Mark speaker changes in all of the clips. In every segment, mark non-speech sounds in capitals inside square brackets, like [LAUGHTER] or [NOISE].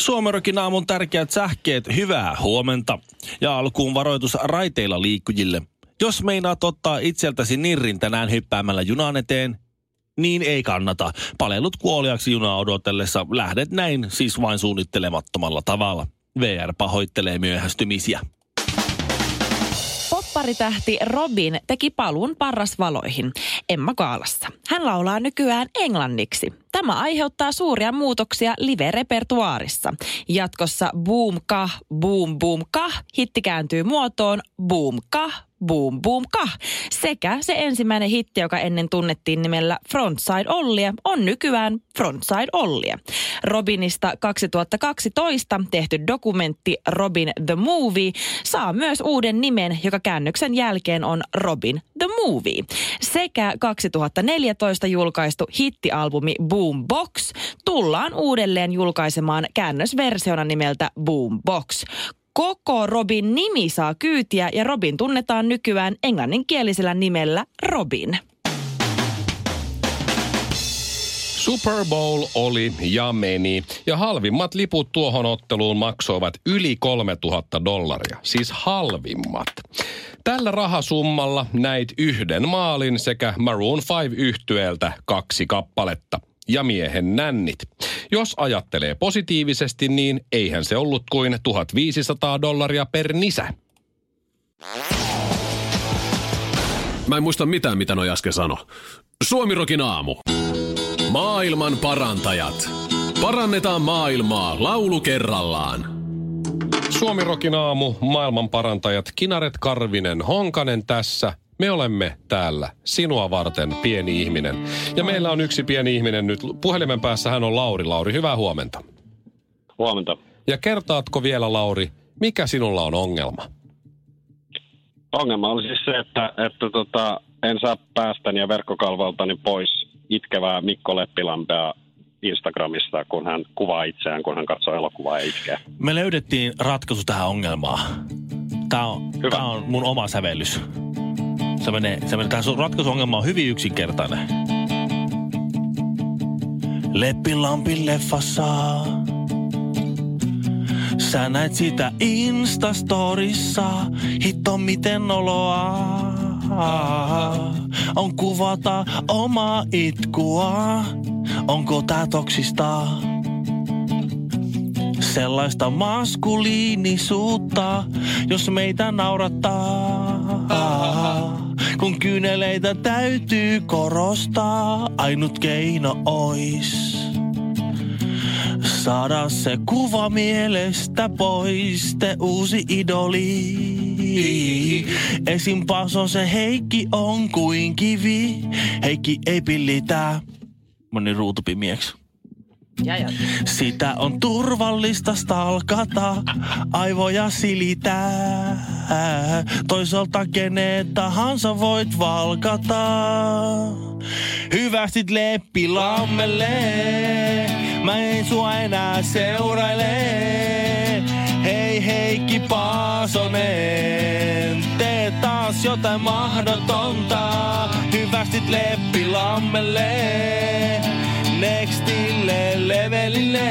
Speaker 1: Suomerokin aamun tärkeät sähkeet, hyvää huomenta. Ja alkuun varoitus raiteilla liikkujille. Jos meinaat ottaa itseltäsi nirrin tänään hyppäämällä junan eteen, niin ei kannata. Paleilut kuoliaksi junaa odotellessa lähdet näin siis vain suunnittelemattomalla tavalla. VR pahoittelee myöhästymisiä.
Speaker 2: Popparitähti Robin teki paluun parrasvaloihin Emma Kaalassa. Hän laulaa nykyään englanniksi. Tämä aiheuttaa suuria muutoksia live-repertuaarissa. Jatkossa boom kah, boom boom kah hitti kääntyy muotoon boom kah, boom boom kah. Sekä se ensimmäinen hitti, joka ennen tunnettiin nimellä Frontside Ollie, on nykyään Frontside Ollie. Robinista 2012 tehty dokumentti Robin the Movie saa myös uuden nimen, joka käännöksen jälkeen on Robin the Movie. Sekä 2014 julkaistu hittialbumi Boombox tullaan uudelleen julkaisemaan käännösversiona nimeltä Boombox. Koko Robin nimi saa kyytiä ja Robin tunnetaan nykyään englanninkielisellä nimellä Robin.
Speaker 3: Super Bowl oli ja meni. Ja halvimmat liput tuohon otteluun maksoivat yli 3000 dollaria. Siis halvimmat. Tällä rahasummalla näit yhden maalin sekä Maroon 5 yhtyeeltä kaksi kappaletta ja miehen nännit. Jos ajattelee positiivisesti, niin eihän se ollut kuin 1500 dollaria per nisä.
Speaker 4: Mä en muista mitään, mitä noi äsken sano. Suomirokin aamu. Maailman parantajat. Parannetaan maailmaa laulu kerrallaan.
Speaker 3: Suomi Rokin aamu, maailman parantajat Kinaret Karvinen Honkanen tässä. Me olemme täällä sinua varten, pieni ihminen. Ja meillä on yksi pieni ihminen nyt. Puhelimen päässä hän on Lauri. Lauri, hyvää huomenta.
Speaker 5: Huomenta.
Speaker 3: Ja kertaatko vielä, Lauri, mikä sinulla on ongelma?
Speaker 5: Ongelma oli siis se, että, että tota, en saa päästäni ja verkkokalvoltani pois itkevää Mikko Leppilampea Instagramista, kun hän kuvaa itseään, kun hän katsoo elokuvaa ja itkee.
Speaker 1: Me löydettiin ratkaisu tähän ongelmaan. Tämä on,
Speaker 5: Hyvä.
Speaker 1: tää on mun oma sävellys. Se menee, se menee, tämä sun ratkaisuongelma on hyvin yksinkertainen. Leppilampi leffassa. Sä näet sitä Instastorissa. Hitto miten noloa. On kuvata omaa itkua. Onko tää toksista? sellaista maskuliinisuutta, jos meitä naurattaa. Kun kyneleitä täytyy korostaa, ainut keino ois saada se kuva mielestä pois, te uusi idoli. Esim on se Heikki on kuin kivi, Heikki ei pillitä. Moni ruutupimieksi.
Speaker 2: Ja, ja.
Speaker 1: Sitä on turvallista stalkata, aivoja silitää. Toisaalta kenet tahansa voit valkata. Hyvästit leppi lammelle, mä en sua enää seuraile. Hei Heikki Paasonen, teet taas jotain mahdotonta. Hyvästit leppi lammelle, Nextille levelille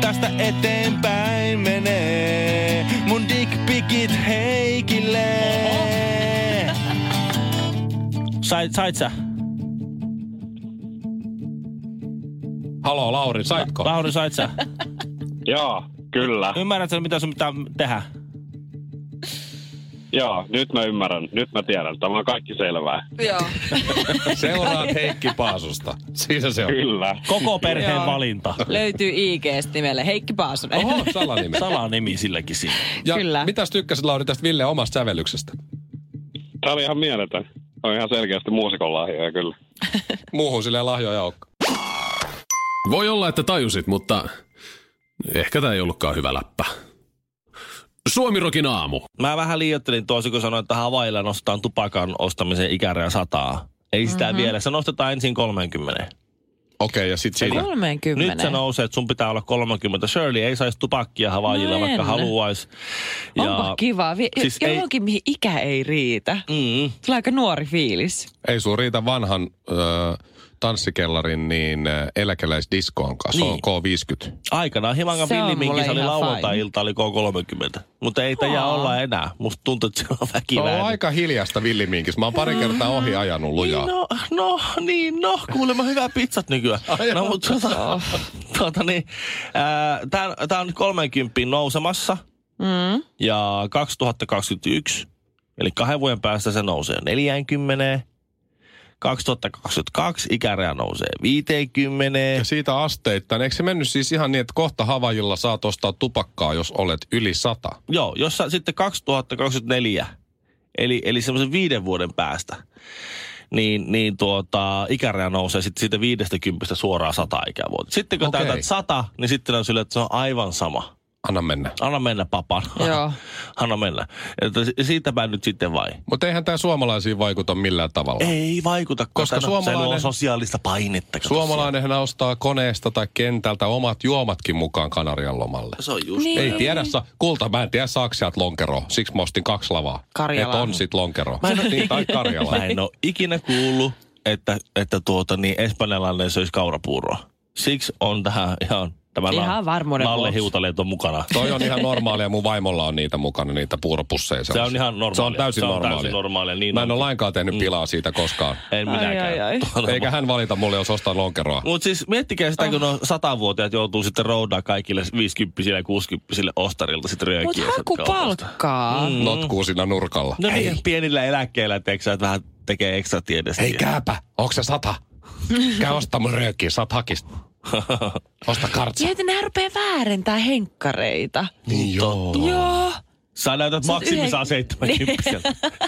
Speaker 1: Tästä eteenpäin menee Mun dickpikit Heikille Sait, sait sä?
Speaker 3: Halo Lauri, saitko?
Speaker 1: Lauri, sait sä?
Speaker 5: Joo, kyllä.
Speaker 1: Ymmärrätkö sä, mitä sun pitää tehdä?
Speaker 5: Joo, nyt mä ymmärrän. Nyt mä tiedän. Tämä on kaikki selvää.
Speaker 6: Joo.
Speaker 3: Seuraat Heikki Paasusta. Siinä se on.
Speaker 5: Kyllä.
Speaker 1: Koko perheen
Speaker 6: Joo.
Speaker 1: valinta.
Speaker 6: Löytyy IGstä nimellä Heikki Paasonen.
Speaker 4: Oh,
Speaker 3: Oho, salanimi.
Speaker 1: Salanimi silläkin siinä.
Speaker 3: Ja
Speaker 6: Kyllä.
Speaker 3: mitäs tykkäsit Lauri tästä Ville omasta sävellyksestä?
Speaker 5: Tämä oli ihan mieletön. On ihan selkeästi muusikon lahjoja, kyllä.
Speaker 3: Muuhun silleen lahjoja aukka. Voi olla, että tajusit, mutta ehkä tämä ei ollutkaan hyvä läppä. Suomirokin aamu.
Speaker 1: Mä vähän liioittelin tuossa, kun sanoin, että Havailla nostetaan tupakan ostamisen ikäraja sataa. Ei sitä
Speaker 2: Mhm.
Speaker 1: mm-hmm. vielä. Se nostetaan ensin 30.
Speaker 4: Okei, ja sitten siinä...
Speaker 2: 30.
Speaker 1: Nyt se nousee, että sun pitää olla 30. Shirley ei saisi tupakkia Havaijilla,
Speaker 2: No
Speaker 1: no
Speaker 2: en.
Speaker 1: vaikka haluaisi.
Speaker 2: Onpa kiva. Vi- siis
Speaker 1: Siis ei-
Speaker 2: johonkin, mihin ikä ei riitä.
Speaker 1: Mm,
Speaker 2: Tulee aika nuori fiilis.
Speaker 4: Ei sun riitä vanhan ö, tanssikellarin niin ö, eläkeläisdiskoon kanssa.
Speaker 1: Niin.
Speaker 4: Niin. K50.
Speaker 1: aikanaan Himangan
Speaker 2: Se on
Speaker 1: villiminkin,
Speaker 2: mulle
Speaker 1: se oli
Speaker 2: ihan
Speaker 1: lauantai-ilta, oli K30. Mutta ei tajaa
Speaker 2: Aa.
Speaker 1: olla enää. Musta tuntuu, että se on
Speaker 4: Se on
Speaker 1: väkiväinen.
Speaker 4: ollut aika hiljasta villimiinkis. Mä oon pari kertaa ohi ajanut lujaa.
Speaker 1: Niin, no, no, niin, no, kuulemma hyvää pizzat nykyään. no, mutta tuota, tuota niin, ää, tää, tää on nyt 30 nousemassa.
Speaker 2: Mm.
Speaker 1: Ja 2021, eli kahden vuoden päästä se nousee 40. 2022 ikäraja nousee 50.
Speaker 4: Ja siitä asteittain. Eikö se mennyt siis ihan niin, että kohta Havajilla saat ostaa tupakkaa, jos olet yli sata?
Speaker 1: Joo, jossa sitten 2024, eli, eli semmoisen viiden vuoden päästä, niin, niin tuota, ikäraja nousee sitten siitä 50 suoraan 100 ikävuotta. Sitten kun
Speaker 4: Okei.
Speaker 1: okay. täytät 100, niin sitten on silleen, että se on aivan sama.
Speaker 4: Anna mennä.
Speaker 1: Anna mennä papan.
Speaker 2: Joo.
Speaker 1: [LAUGHS] Anna mennä. Että si- siitäpä nyt sitten vai?
Speaker 4: Mutta eihän tämä suomalaisiin vaikuta millään tavalla.
Speaker 1: Ei vaikuta,
Speaker 4: Koska
Speaker 1: koska se luo
Speaker 4: suomalainen-
Speaker 1: sosiaalista painetta. kato
Speaker 4: Suomalainenhan ostaa koneesta tai kentältä omat juomatkin mukaan Kanarian lomalle.
Speaker 1: siellä. Se on just
Speaker 2: Niin.
Speaker 1: niin.
Speaker 4: Ei tiedä, sa- kulta, mä en tiedä saksiat lonkero. Siksi mä ostin kaksi lavaa.
Speaker 2: Karjalaan.
Speaker 4: Et on sit lonkero. Mä
Speaker 1: en oo-
Speaker 4: niin, tai Karjala.
Speaker 1: Mä en ole ikinä kuullut, että, että tuota, niin espanjalainen söisi kaurapuuroa. Siksi on tähän ihan tämä
Speaker 2: Ihan varmuuden
Speaker 1: Lalle
Speaker 2: vuoksi.
Speaker 1: Hiutaleet on mukana.
Speaker 4: Toi on ihan normaalia. Mun vaimolla on niitä mukana, niitä puuropusseja.
Speaker 1: Se on niin-
Speaker 4: sellaisia.
Speaker 1: ihan normaalia.
Speaker 4: Se on täysin
Speaker 1: se on
Speaker 4: normaalia.
Speaker 1: Täysin normaalia. Niin
Speaker 4: Mä
Speaker 1: on.
Speaker 4: en ole lainkaan tehnyt pilaa siitä koskaan.
Speaker 1: En
Speaker 2: Ai,
Speaker 1: minäkään.
Speaker 2: ai, ai.
Speaker 4: Eikä hän valita mulle, jos ostan lonkeroa.
Speaker 1: Mutta siis miettikää sitä, kun on satavuotiaat joutuu sitten roudaa kaikille 50 ja 60 ostarilta sitten
Speaker 2: Mutta
Speaker 1: röökiä.
Speaker 2: haku palkkaa. Mm.
Speaker 4: Notkuu siinä nurkalla.
Speaker 1: No niin, pienillä eläkkeillä, teeksä, että vähän tekee ekstra tiedestä.
Speaker 4: Hei käypä, onko se [LAUGHS] sata? Käy ostaa mun röökiä,
Speaker 1: [LAUGHS]
Speaker 4: saat hakista. Osta kartsa.
Speaker 2: Ja että nämä rupeaa väärentää henkkareita.
Speaker 4: Niin joo.
Speaker 2: Joo.
Speaker 1: Sä näytät maksimisaa
Speaker 2: yhden-
Speaker 1: 70.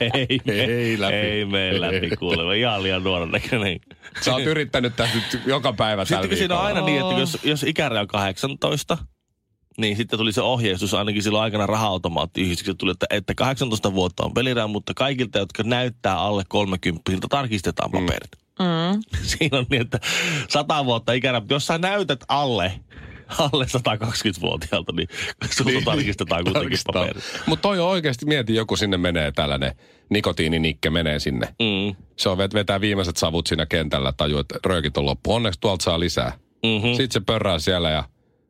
Speaker 1: ei, me-
Speaker 4: Ei läpi.
Speaker 1: Ei mene läpi kuulemma. Ihan liian nuoren näköinen.
Speaker 4: Sä oot yrittänyt tätä nyt joka päivä tällä
Speaker 1: Sitten kun siinä on
Speaker 4: viikolla.
Speaker 1: aina niin, että jos, jos ikäraja on 18, niin sitten tuli se ohjeistus, ainakin silloin aikana raha-automaattiyhdistykset tuli, että, että 18 vuotta on peliraja, mutta kaikilta, jotka näyttää alle 30, tarkistetaan paperit. [LAUGHS]
Speaker 2: Mm.
Speaker 1: Siinä on niin, että 100 vuotta ikäraja, mutta jos sä näytät alle, alle 120-vuotiaalta, niin sulta
Speaker 4: Niin.
Speaker 1: tarkistetaan kuitenkin paperit.
Speaker 4: Mutta toi on oikeasti, mieti, joku sinne menee tällainen nikotiininikke menee sinne.
Speaker 1: Mm.
Speaker 4: Se on, vet- vetää viimeiset savut siinä kentällä, tajuu, että röökit on loppu. Onneksi tuolta saa lisää.
Speaker 1: Mm-hmm.
Speaker 4: Sitten se pörrää siellä ja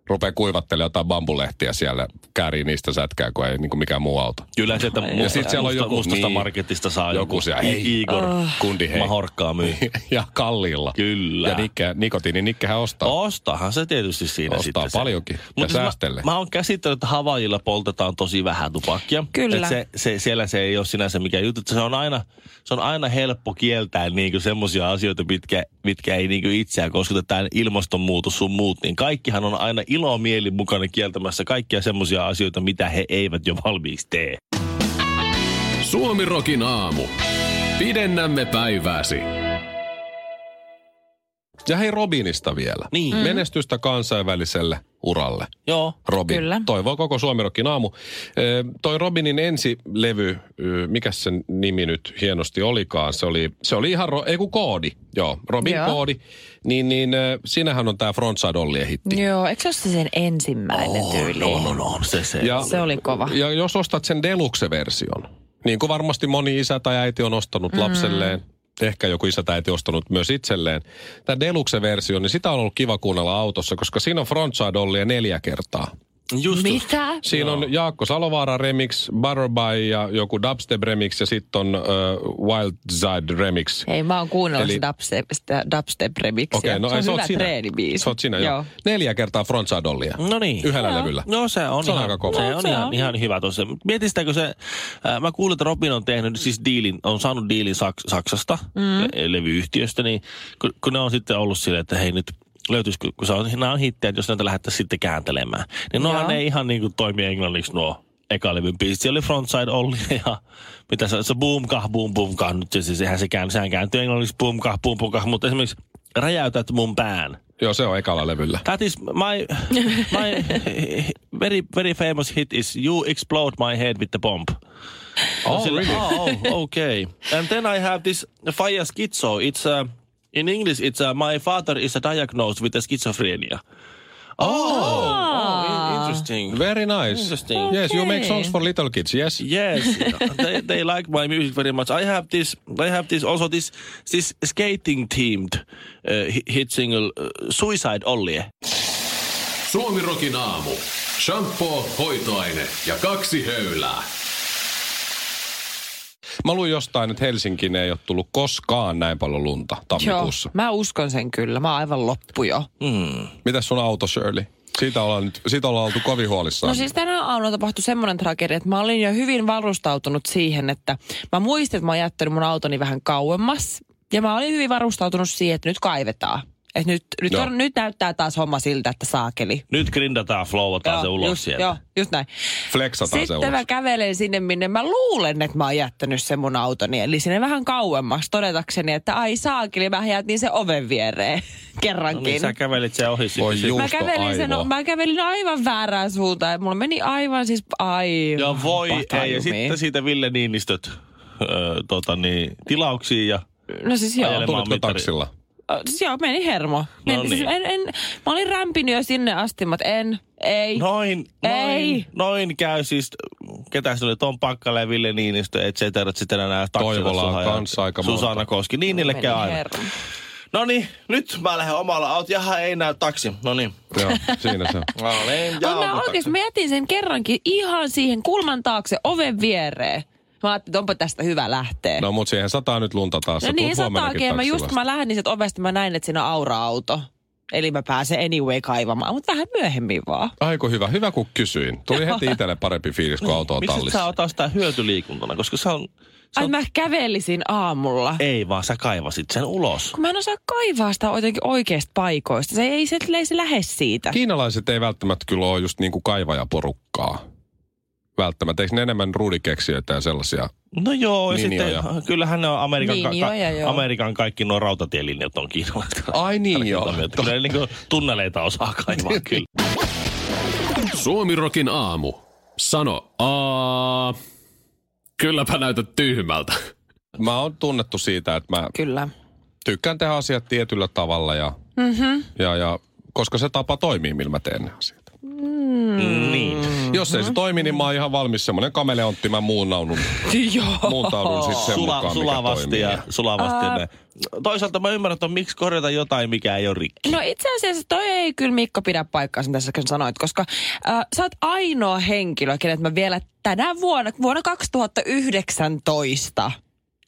Speaker 4: rupeaa kuivattelemaan jotain bambulehtiä siellä, käärii niistä sätkää, kun ei niinku mikään muu auta. [LAUGHS]
Speaker 1: Kyllä se, että musta,
Speaker 4: sit siellä on
Speaker 1: musta-
Speaker 4: joku-
Speaker 1: mustasta
Speaker 4: niin.
Speaker 1: marketista saa Ah.
Speaker 4: Joku siellä,
Speaker 1: I-
Speaker 4: hei.
Speaker 1: Igor
Speaker 4: Kundi hei.
Speaker 1: Mahorkkaa myy.
Speaker 4: ja kalliilla.
Speaker 1: [LAUGHS] Kyllä.
Speaker 4: Ja nikke, nikotiininikkehän ostaa.
Speaker 1: Ostahan se tietysti siinä
Speaker 4: Ostaa
Speaker 1: sitten. se.
Speaker 4: paljonkin ja
Speaker 1: Mut siis
Speaker 4: säästelee.
Speaker 1: Mä, mä oon käsittänyt, että Havajilla poltetaan tosi vähän tupakkia.
Speaker 2: Kyllä.
Speaker 1: Et se, se, siellä se ei ole sinänsä mikään juttu. että Se on aina, se on aina helppo kieltää niinku semmoisia asioita, mitkä, mitkä ei niinku itseään kosketa. Tämä ilmastonmuutos sun muut, niin kaikkihan on aina ilomieli mukana kieltämässä kaikkia semmoisia asioita, mitä he eivät jo valmiiksi tee.
Speaker 3: Suomirokin aamu. Pidennämme päivääsi.
Speaker 4: Ja hei Robinista vielä.
Speaker 1: Niin.
Speaker 2: Mm-hmm.
Speaker 4: Mm. Menestystä kansainväliselle uralle.
Speaker 1: Joo.
Speaker 4: Robin.
Speaker 2: Kyllä.
Speaker 4: Toivoo koko Suomirokin aamu. Ö, toi Robinin ensi levy, ö, mikä sen nimi nyt hienosti olikaan, se oli, se oli ihan, ro, ei kun koodi, joo, Robin
Speaker 2: Joo.
Speaker 4: joo. koodi, niin, niin ö, siinähän on tämä Frontside Ollien hitti.
Speaker 2: Joo, eikö se ole se sen ensimmäinen oh, tyyli?
Speaker 1: No, no, no, se se.
Speaker 4: Ja,
Speaker 2: Niin, Se oli kova.
Speaker 4: ja jos ostat sen deluxe-version, niin kuin varmasti moni isä tai äiti on ostanut mm.
Speaker 2: Mm-hmm.
Speaker 4: lapselleen, ehkä joku isä tai äiti ostanut myös itselleen, tämä deluxe-versio, niin sitä on ollut kiva kuunnella autossa, koska siinä on Frontside Ollia neljä kertaa.
Speaker 1: Just
Speaker 2: Mitä?
Speaker 4: Siinä Joo. on Jaakko Salovaara remix, Barobai ja joku dubstep remix ja sitten on uh, Wild Side remix.
Speaker 2: Hei, mä oon kuunnellut
Speaker 4: Eli-
Speaker 2: Eli... dubstep, sitä dubstep-remixiä.
Speaker 4: Okei, no
Speaker 2: se on
Speaker 4: ei, sä oot
Speaker 2: hyvä
Speaker 4: siinä.
Speaker 2: treenibiisi.
Speaker 4: Sä oot siinä, joo. Neljä kertaa Frontside Ollia.
Speaker 1: No niin.
Speaker 4: Yhdellä levyllä.
Speaker 1: No se on,
Speaker 4: Se on
Speaker 1: ihan,
Speaker 4: aika kova.
Speaker 1: Se
Speaker 2: No,
Speaker 1: on,
Speaker 2: se
Speaker 1: ihan,
Speaker 2: on.
Speaker 1: ihan hyvä tuossa. Mietitäänkö se, ää, mä kuulin, että Robin on tehnyt siis diilin, on saanut diilin Saks, Saksasta, mm. le- levyyhtiöstä, niin kun, kun ne on sitten ollut silleen, että hei nyt löytyisikö, kun se on, nämä on hittejä, että jos näitä lähdettäisiin sitten kääntelemään. Niin nohan
Speaker 2: Joo.
Speaker 1: ne ihan niin kuin toimii englanniksi nuo eka levyn biisit. Siellä oli Frontside Olli [LAUGHS] ja mitä se, se boomkah, boom, boomkah. Nyt se, siis eihän se käänny, sehän kääntyy englanniksi boomkah, boom, boomkah, mutta esimerkiksi räjäytät mun pään.
Speaker 4: Joo, se on ekalla levyllä.
Speaker 1: That is my, my very, very famous hit is You Explode My Head with the Bomb.
Speaker 4: Oh, really?
Speaker 1: Oh, [LAUGHS] oh, okay. And then I have this fire schizo. It's uh, in English, it's uh, my father is diagnosed with schizophrenia. Oh, oh, in- interesting.
Speaker 4: Very nice.
Speaker 1: Interesting.
Speaker 4: Yes, you make songs for little kids, yes?
Speaker 1: Yes, they, they like my music very much. I have this. I have this also this this skating themed uh, hi- hit single uh, "Suicide Ollie."
Speaker 3: Suomirokin aamu. Shampoo, hoitoaine ja kaksi höylää.
Speaker 4: Mä luin jostain, että Helsinkiin ei ole tullut koskaan näin paljon lunta tammikuussa.
Speaker 6: Mä uskon sen kyllä. Mä oon aivan loppu jo.
Speaker 4: Mitäs sun auto, Shirley? Siitä ollaan, nyt, siitä ollaan oltu kovin huolissaan.
Speaker 2: No siis tänä aamuna tapahtui semmoinen tragedia, että mä olin jo hyvin varustautunut siihen, että mä muistin, että mä oon jättänyt mun autoni vähän kauemmas. Ja mä olin hyvin varustautunut siihen, että nyt kaivetaan. Että nyt, nyt,
Speaker 4: Joo.
Speaker 2: on, nyt näyttää taas homma siltä, että saakeli.
Speaker 1: Nyt grindataan, flowataan se ulos
Speaker 2: just,
Speaker 1: sieltä.
Speaker 2: joo, just näin.
Speaker 4: Flexataan se
Speaker 2: Sitten
Speaker 4: ulos.
Speaker 2: mä kävelen sinne, minne mä luulen, että mä oon jättänyt sen mun autoni. Eli sinne vähän kauemmaksi todetakseni, että ai saakeli, mä jätin sen oven viereen [LAUGHS]
Speaker 1: No niin,
Speaker 2: kerrankin.
Speaker 1: sä kävelit sen ohi sitten.
Speaker 4: Voi
Speaker 1: Sit-
Speaker 4: juu.
Speaker 2: mä, kävelin sen,
Speaker 4: Juustoaivoa.
Speaker 2: mä kävelin aivan väärään suuntaan. ja Mulla meni aivan siis aivan
Speaker 1: Ja voi ei. Ja
Speaker 2: patajumiin.
Speaker 1: sitten siitä Ville Niinistöt öö, tota niin, tilauksiin ja
Speaker 2: No siis joo,
Speaker 1: ajelemaan
Speaker 4: Tulitko
Speaker 1: mittari-
Speaker 4: taksilla?
Speaker 2: siis joo meni hermo.
Speaker 1: No
Speaker 2: Meni, siis
Speaker 1: niin.
Speaker 2: en, en, mä olin rämpinyt jo sinne asti, mutta en, ei.
Speaker 1: Noin, noin,
Speaker 2: Ei.
Speaker 1: noin käy siis, ketä se oli, Tom Pakkala ja Ville Niinistö, et cetera, et cetera, nämä taksilla
Speaker 4: Toivola on
Speaker 1: Suha ja
Speaker 4: kanssa aika monta.
Speaker 1: Susanna Koski, niin niille
Speaker 2: Meni
Speaker 1: käy aina.
Speaker 2: hermo.
Speaker 1: No niin, nyt mä lähden omalla autolla. Jaha, ei näy taksi. No niin.
Speaker 4: Joo, siinä se on.
Speaker 1: No niin,
Speaker 2: Mut mä oikeesti, mä jätin sen kerrankin ihan siihen kulman taakse oven viereen. Mä ajattelin, että onpa tästä hyvä lähteä.
Speaker 4: No mut siihen sataa nyt lunta taas.
Speaker 2: No
Speaker 4: Sä
Speaker 2: niin,
Speaker 4: tulet huomennakin
Speaker 2: sataakin. Ja Mä just kun
Speaker 4: taksilla.
Speaker 2: mä lähdin sieltä ovesta, mä näin, että siinä on aura-auto. Eli mä pääsen anyway kaivamaan, mutta vähän myöhemmin vaan.
Speaker 1: Ah,
Speaker 4: Aiku hyvä, hyvä kun kysyin. Tuli heti itselle parempi fiilis,
Speaker 2: Niin.
Speaker 4: kun auto on
Speaker 1: Miksi et sä
Speaker 4: tallissa.
Speaker 1: ota sitä hyötyliikuntana, koska se on... Se
Speaker 2: Ai
Speaker 1: on
Speaker 2: mä kävelisin aamulla.
Speaker 1: Ei vaan, sä kaivasit sen ulos.
Speaker 2: Kun mä en osaa kaivaa sitä jotenkin oikeista paikoista. Se ei, se, ei se lähde siitä.
Speaker 4: Kiinalaiset ei välttämättä kyllä ole just niinku kaivajaporukkaa. Välttämättä. Eikö ne enemmän ruudikeksijöitä ja sellaisia?
Speaker 1: No joo, ja
Speaker 4: Niin,
Speaker 1: sitten
Speaker 4: joo,
Speaker 1: kyllähän ne on Amerikan,
Speaker 2: Niin,
Speaker 1: ka-
Speaker 2: joo, ja joo.
Speaker 1: Amerikan kaikki nuo rautatielinjat on [LAUGHS] kiinalaiset.
Speaker 4: Ai niin joo.
Speaker 1: Että Kyllä ne niinku tunneleita osaa
Speaker 4: [LAUGHS]
Speaker 1: kaivaa kyllä.
Speaker 3: Suomirokin aamu. Sano A. Kylläpä näytät tyhmältä.
Speaker 4: Mä oon tunnettu siitä, että mä
Speaker 1: [LAUGHS]
Speaker 2: Kyllä.
Speaker 4: tykkään tehdä asiat tietyllä tavalla ja, mm-hmm. ja, ja koska se tapa toimii, millä mä teen ne asiat.
Speaker 2: Mm.
Speaker 1: Niin.
Speaker 4: Jos ei se toimi, niin mä oon ihan valmis semmoinen kameleontti, mä muunnaudun,
Speaker 2: Joo.
Speaker 4: muuntaudun siis sen
Speaker 1: Sula,
Speaker 4: mukaan, mikä
Speaker 1: sulavasti
Speaker 4: toimii.
Speaker 1: ja sulavasti. ja näin. Toisaalta mä ymmärrän, että miksi korjata jotain, mikä ei ole rikki.
Speaker 2: No itse asiassa toi ei kyllä Mikko pidä paikkaansa, mitä säkin sanoit, koska äh, sä oot ainoa henkilö, kenet mä vielä tänä vuonna, vuonna 2019,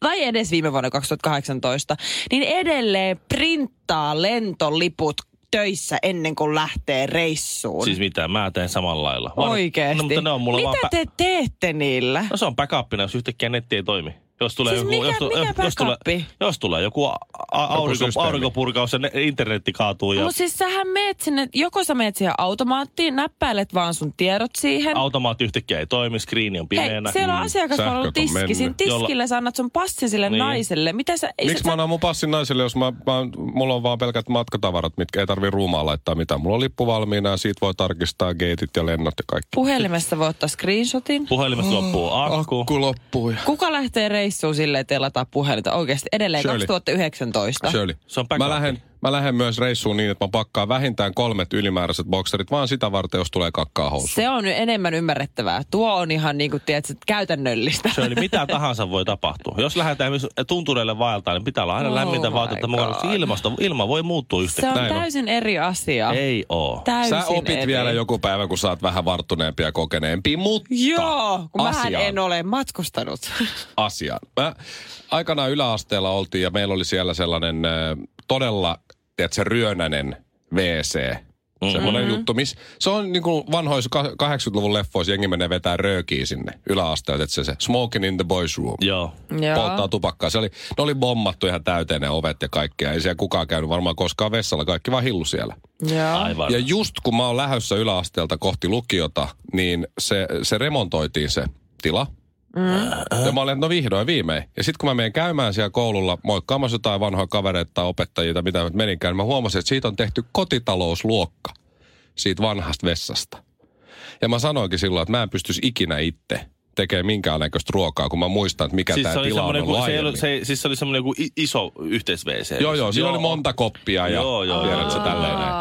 Speaker 2: tai edes viime vuonna 2018, niin edelleen printtaa lentoliput töissä ennen kuin lähtee reissuun.
Speaker 1: Siis mitä, mä teen samalla lailla. Vaan-
Speaker 2: Oikeesti.
Speaker 1: No, mutta ne on mulla
Speaker 2: Mitä
Speaker 1: vaan pä-
Speaker 2: te teette niillä?
Speaker 1: No se on backupina, jos yhtäkkiä netti ei toimi. Jos tulee,
Speaker 2: Siis
Speaker 1: joku,
Speaker 2: mikä-
Speaker 1: jos, tu-
Speaker 2: mikä
Speaker 1: jos, tulee,
Speaker 2: backup?
Speaker 1: jos tulee joku a- a- aurinko,
Speaker 4: systeemi.
Speaker 1: aurinkopurkaus ja ne, internetti kaatuu ja
Speaker 2: No siis sähän meet sinne, joko sä meet siihen automaattiin, näppäilet vaan sun tiedot siihen.
Speaker 1: automaatti yhtäkkiä ei toimi, skriini on
Speaker 2: Hei,
Speaker 1: pimeänä.
Speaker 2: siellä on
Speaker 1: Mm.
Speaker 4: Sähköt
Speaker 2: asiakaspalvelu
Speaker 4: on
Speaker 2: tiski.
Speaker 4: mennyt.
Speaker 2: Siinä
Speaker 1: Jolla-
Speaker 2: tiskillä sä annat sun passin sille
Speaker 1: Niin.
Speaker 2: naiselle. Mitä sä... Ei
Speaker 4: Miksi
Speaker 2: sä,
Speaker 4: mä annan mun passin naiselle, jos mä, mä, mulla on vaan pelkät matkatavarat, mitkä ei tarvi ruumaan laittaa mitään. Mulla on lippu valmiina ja siitä voi tarkistaa geitit ja lennot ja kaikki.
Speaker 2: Puhelimessa voi ottaa screenshotin.
Speaker 1: Puhelimessa loppuu akku.
Speaker 4: loppuu. ja-
Speaker 2: Kuka lähtee reissuun silleen, että ei lataa puhelinta? Oikeasti edelleen
Speaker 4: Shirley.
Speaker 2: 2019.
Speaker 4: Shirley,
Speaker 1: Ah, Se on
Speaker 4: mä
Speaker 1: backup.
Speaker 4: lähden, mä lähden myös reissuun niin, että mä pakkaan vähintään kolmet ylimääräiset bokserit, vaan sitä varten, jos tulee kakkaa housu.
Speaker 2: Se on enemmän ymmärrettävää. Tuo on ihan niin kuin, tiedätkö, käytännöllistä.
Speaker 1: Se oli mitä tahansa voi tapahtua. Jos lähdetään esimerkiksi tuntureille vaeltaan, niin pitää olla aina
Speaker 2: Oh
Speaker 1: lämmintä
Speaker 2: my
Speaker 1: vaatetta mukana, koska
Speaker 2: God.
Speaker 1: ilmasta, ilma voi muuttua
Speaker 2: Se
Speaker 1: yhtäkkiä.
Speaker 2: on
Speaker 4: Näin on.
Speaker 2: täysin eri asia.
Speaker 1: Ei oo.
Speaker 2: Täysin
Speaker 4: Sä opit
Speaker 2: eri.
Speaker 4: vielä joku päivä, kun sä oot vähän varttuneempi ja kokeneempi, mutta
Speaker 2: Joo, kun mähän
Speaker 4: asiaan.
Speaker 2: en ole matkustanut.
Speaker 4: asiaan. Mä aikanaan yläasteella oltiin ja meillä oli siellä sellainen ö, todella, tiedätkö, ryönäinen WC. Semmoinen mm-hmm. juttu, miss, se on niin kuin vanhoissa ka- 80-luvun leffoissa jengi menee vetää röökiä sinne yläasteelta, että se, se smoking in the boys room.
Speaker 1: Joo.
Speaker 2: Joo.
Speaker 4: Polttaa tupakkaa. Se oli, ne oli bommattu ihan täyteen ne ovet ja kaikkea. Ei siellä kukaan käynyt varmaan koskaan vessalla. Kaikki vaan hillu siellä.
Speaker 2: Joo.
Speaker 1: Aivan.
Speaker 4: Ja just kun mä oon lähdössä yläasteelta kohti lukiota, niin se, se remontoitiin se tila.
Speaker 1: Mm.
Speaker 4: Ja mä olin, että no vihdoin viimein. Ja sitten kun mä menen käymään siellä koululla moikkaamassa jotain vanhoja kavereita tai opettajia tai mitä mä meninkään, niin mä huomasin, että siitä on tehty kotitalousluokka siitä vanhasta vessasta. Ja mä sanoinkin silloin, että mä en pystyisi ikinä itse tekemään minkäännäköistä ruokaa, kun mä muistan, että mikä
Speaker 1: Siis
Speaker 4: tämä
Speaker 1: se, oli
Speaker 4: tila on
Speaker 1: semmoinen,
Speaker 4: ollut
Speaker 1: joku- se, ei ollut,
Speaker 4: aiemmin.
Speaker 1: se, ei- siis se oli semmoinen joku i- iso yhteisvc.
Speaker 4: Joo, joo, siinä oli monta koppia ja
Speaker 1: Joo, joo,
Speaker 4: tiedätkö, tälleen näin.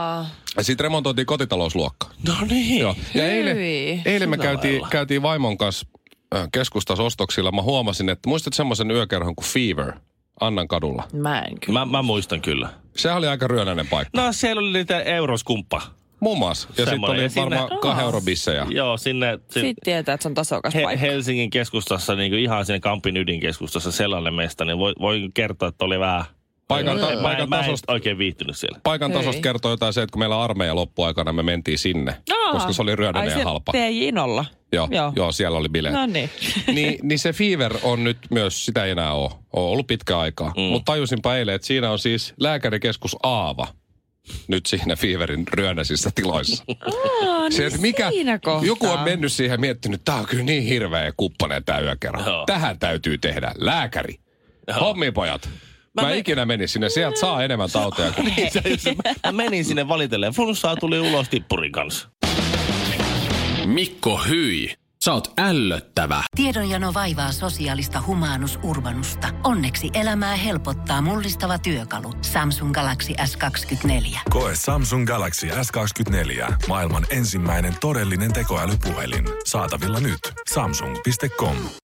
Speaker 4: Ja sitten remontoitiin kotitalousluokka.
Speaker 1: No niin.
Speaker 4: Joo. Ja eilen,
Speaker 6: Hyi,
Speaker 4: eilen me
Speaker 1: sillä
Speaker 4: käytiin,
Speaker 1: lailla.
Speaker 4: käytiin vaimon kanssa äh, keskustassa ostoksilla. Mä huomasin, että muistat semmoisen yökerhon kuin Fever Annan kadulla.
Speaker 6: Mä en kyllä.
Speaker 1: Mä, mä muistan kyllä.
Speaker 4: Sehän oli aika ryönäinen paikka.
Speaker 1: No siellä oli niitä euroskumppa.
Speaker 4: Muun muassa. Ja sitten
Speaker 1: Semmoinen.
Speaker 4: oli
Speaker 1: Ja sinne-
Speaker 4: varmaan kahden eurobissejä.
Speaker 1: Joo, sinne... sinne.
Speaker 6: Sitten tietää, että se on tasokas
Speaker 1: He,
Speaker 6: paikka.
Speaker 1: Helsingin keskustassa, niin ihan siinä Kampin ydinkeskustassa sellainen mesta, niin voi, voi kertoa, että oli vähän...
Speaker 4: Paikan, ta-
Speaker 1: mä,
Speaker 4: paikan
Speaker 1: mä en
Speaker 4: tasosta.
Speaker 1: oikein viihtynyt siellä.
Speaker 4: Paikan tasosta
Speaker 6: Hyi.
Speaker 4: kertoo jotain se, että kun meillä armeija loppuaikana me mentiin sinne,
Speaker 6: Aa,
Speaker 4: koska se oli
Speaker 6: Ai
Speaker 4: ryönäinen
Speaker 6: se
Speaker 4: ja halpa.
Speaker 6: TJ Inolla.
Speaker 4: Joo, joo.
Speaker 6: Joo.
Speaker 4: joo, siellä oli bileet.
Speaker 6: No niin.
Speaker 4: [LAUGHS] niin, niin se Fever on nyt myös, sitä ei enää ole, on ollut pitkä aikaa. Mm. Mutta tajusinpa eilen, että siinä on siis lääkärikeskus Aava nyt siinä Feverin ryönäisissä tiloissa.
Speaker 6: Aa, niin
Speaker 4: että
Speaker 6: siinä kohtaa.
Speaker 4: joku on mennyt siihen ja miettinyt, tämä on kyllä niin hirveä ja kuppanen tämä yökerho.
Speaker 1: Joo.
Speaker 4: Tähän täytyy tehdä lääkäri. Hommipojat. Mä,
Speaker 1: me-
Speaker 4: ikinä menisin ja sieltä saa enemmän tauteja
Speaker 1: [LAUGHS]
Speaker 4: kuin
Speaker 1: Niin, se- se- mä menin sinne valitelleen. Flunssaa tuli ulos tippurin kanssa.
Speaker 3: Mikko Hyi, sä oot ällöttävä.
Speaker 7: Tiedonjano vaivaa sosiaalista humanus urbanusta. Onneksi elämää helpottaa mullistava työkalu. Samsung Galaxy S24.
Speaker 8: Koe Samsung Galaxy S24. Maailman ensimmäinen todellinen tekoälypuhelin. Saatavilla nyt. Samsung.com.